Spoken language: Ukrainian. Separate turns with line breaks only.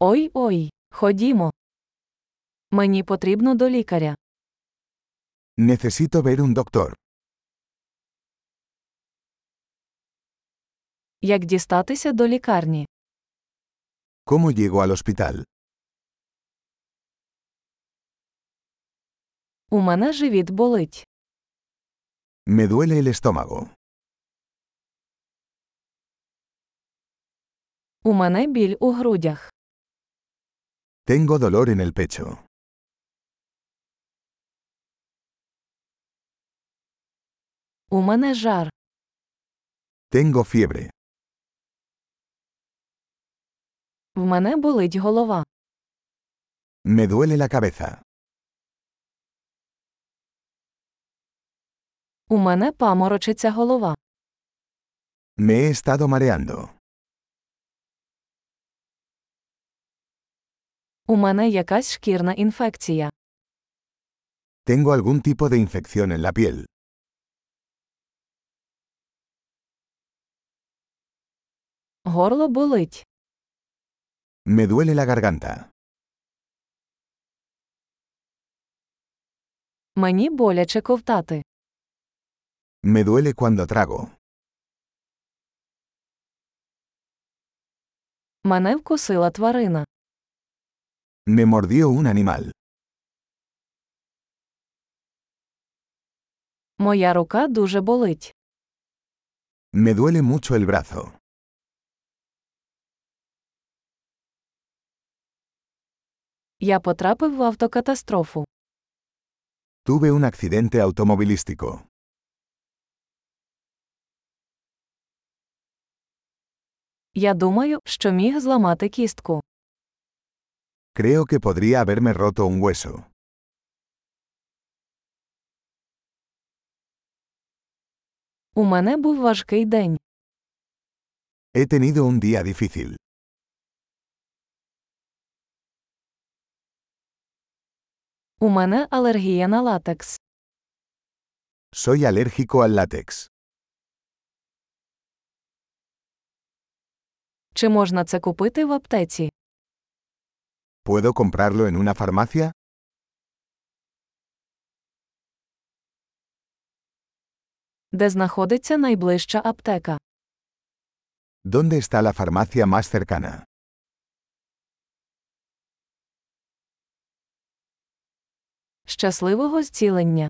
Ой ой, ходімо. Мені потрібно до лікаря.
Necesito ver un doctor.
Як дістатися до лікарні?
¿Cómo llego al hospital?
У мене живіт болить.
Me duele el estómago.
У мене біль у грудях.
Tengo dolor en el pecho.
У мене жар.
Tengo fiebre.
В мене болить голова.
Me duele la cabeza.
У мене паморочиться голова.
Me he estado mareando.
У мене якась шкірна інфекція.
Tengo algún tipo de infección en la piel.
Горло болить.
Me duele la garganta.
Мені боляче ковтати.
Me duele cuando trago.
Мене вкусила тварина.
Me mordió un animal.
Моя рука дуже болить.
Me duele mucho el brazo.
Я потрапив в автокатастрофу.
Tuve un accidente automovilístico.
Я думаю, що міг зламати кістку.
Creo que podría haberme roto un hueso.
У мене був важкий день.
He tenido un día difícil.
У мене алергія на латекс.
Soy alérgico al látex.
Чи можна це купити в аптеці?
¿Puedo comprarlo en una farmacia?
Де знаходиться найближча аптека?
¿Dónde está la farmacia más cercana?
Щасливого зцілення!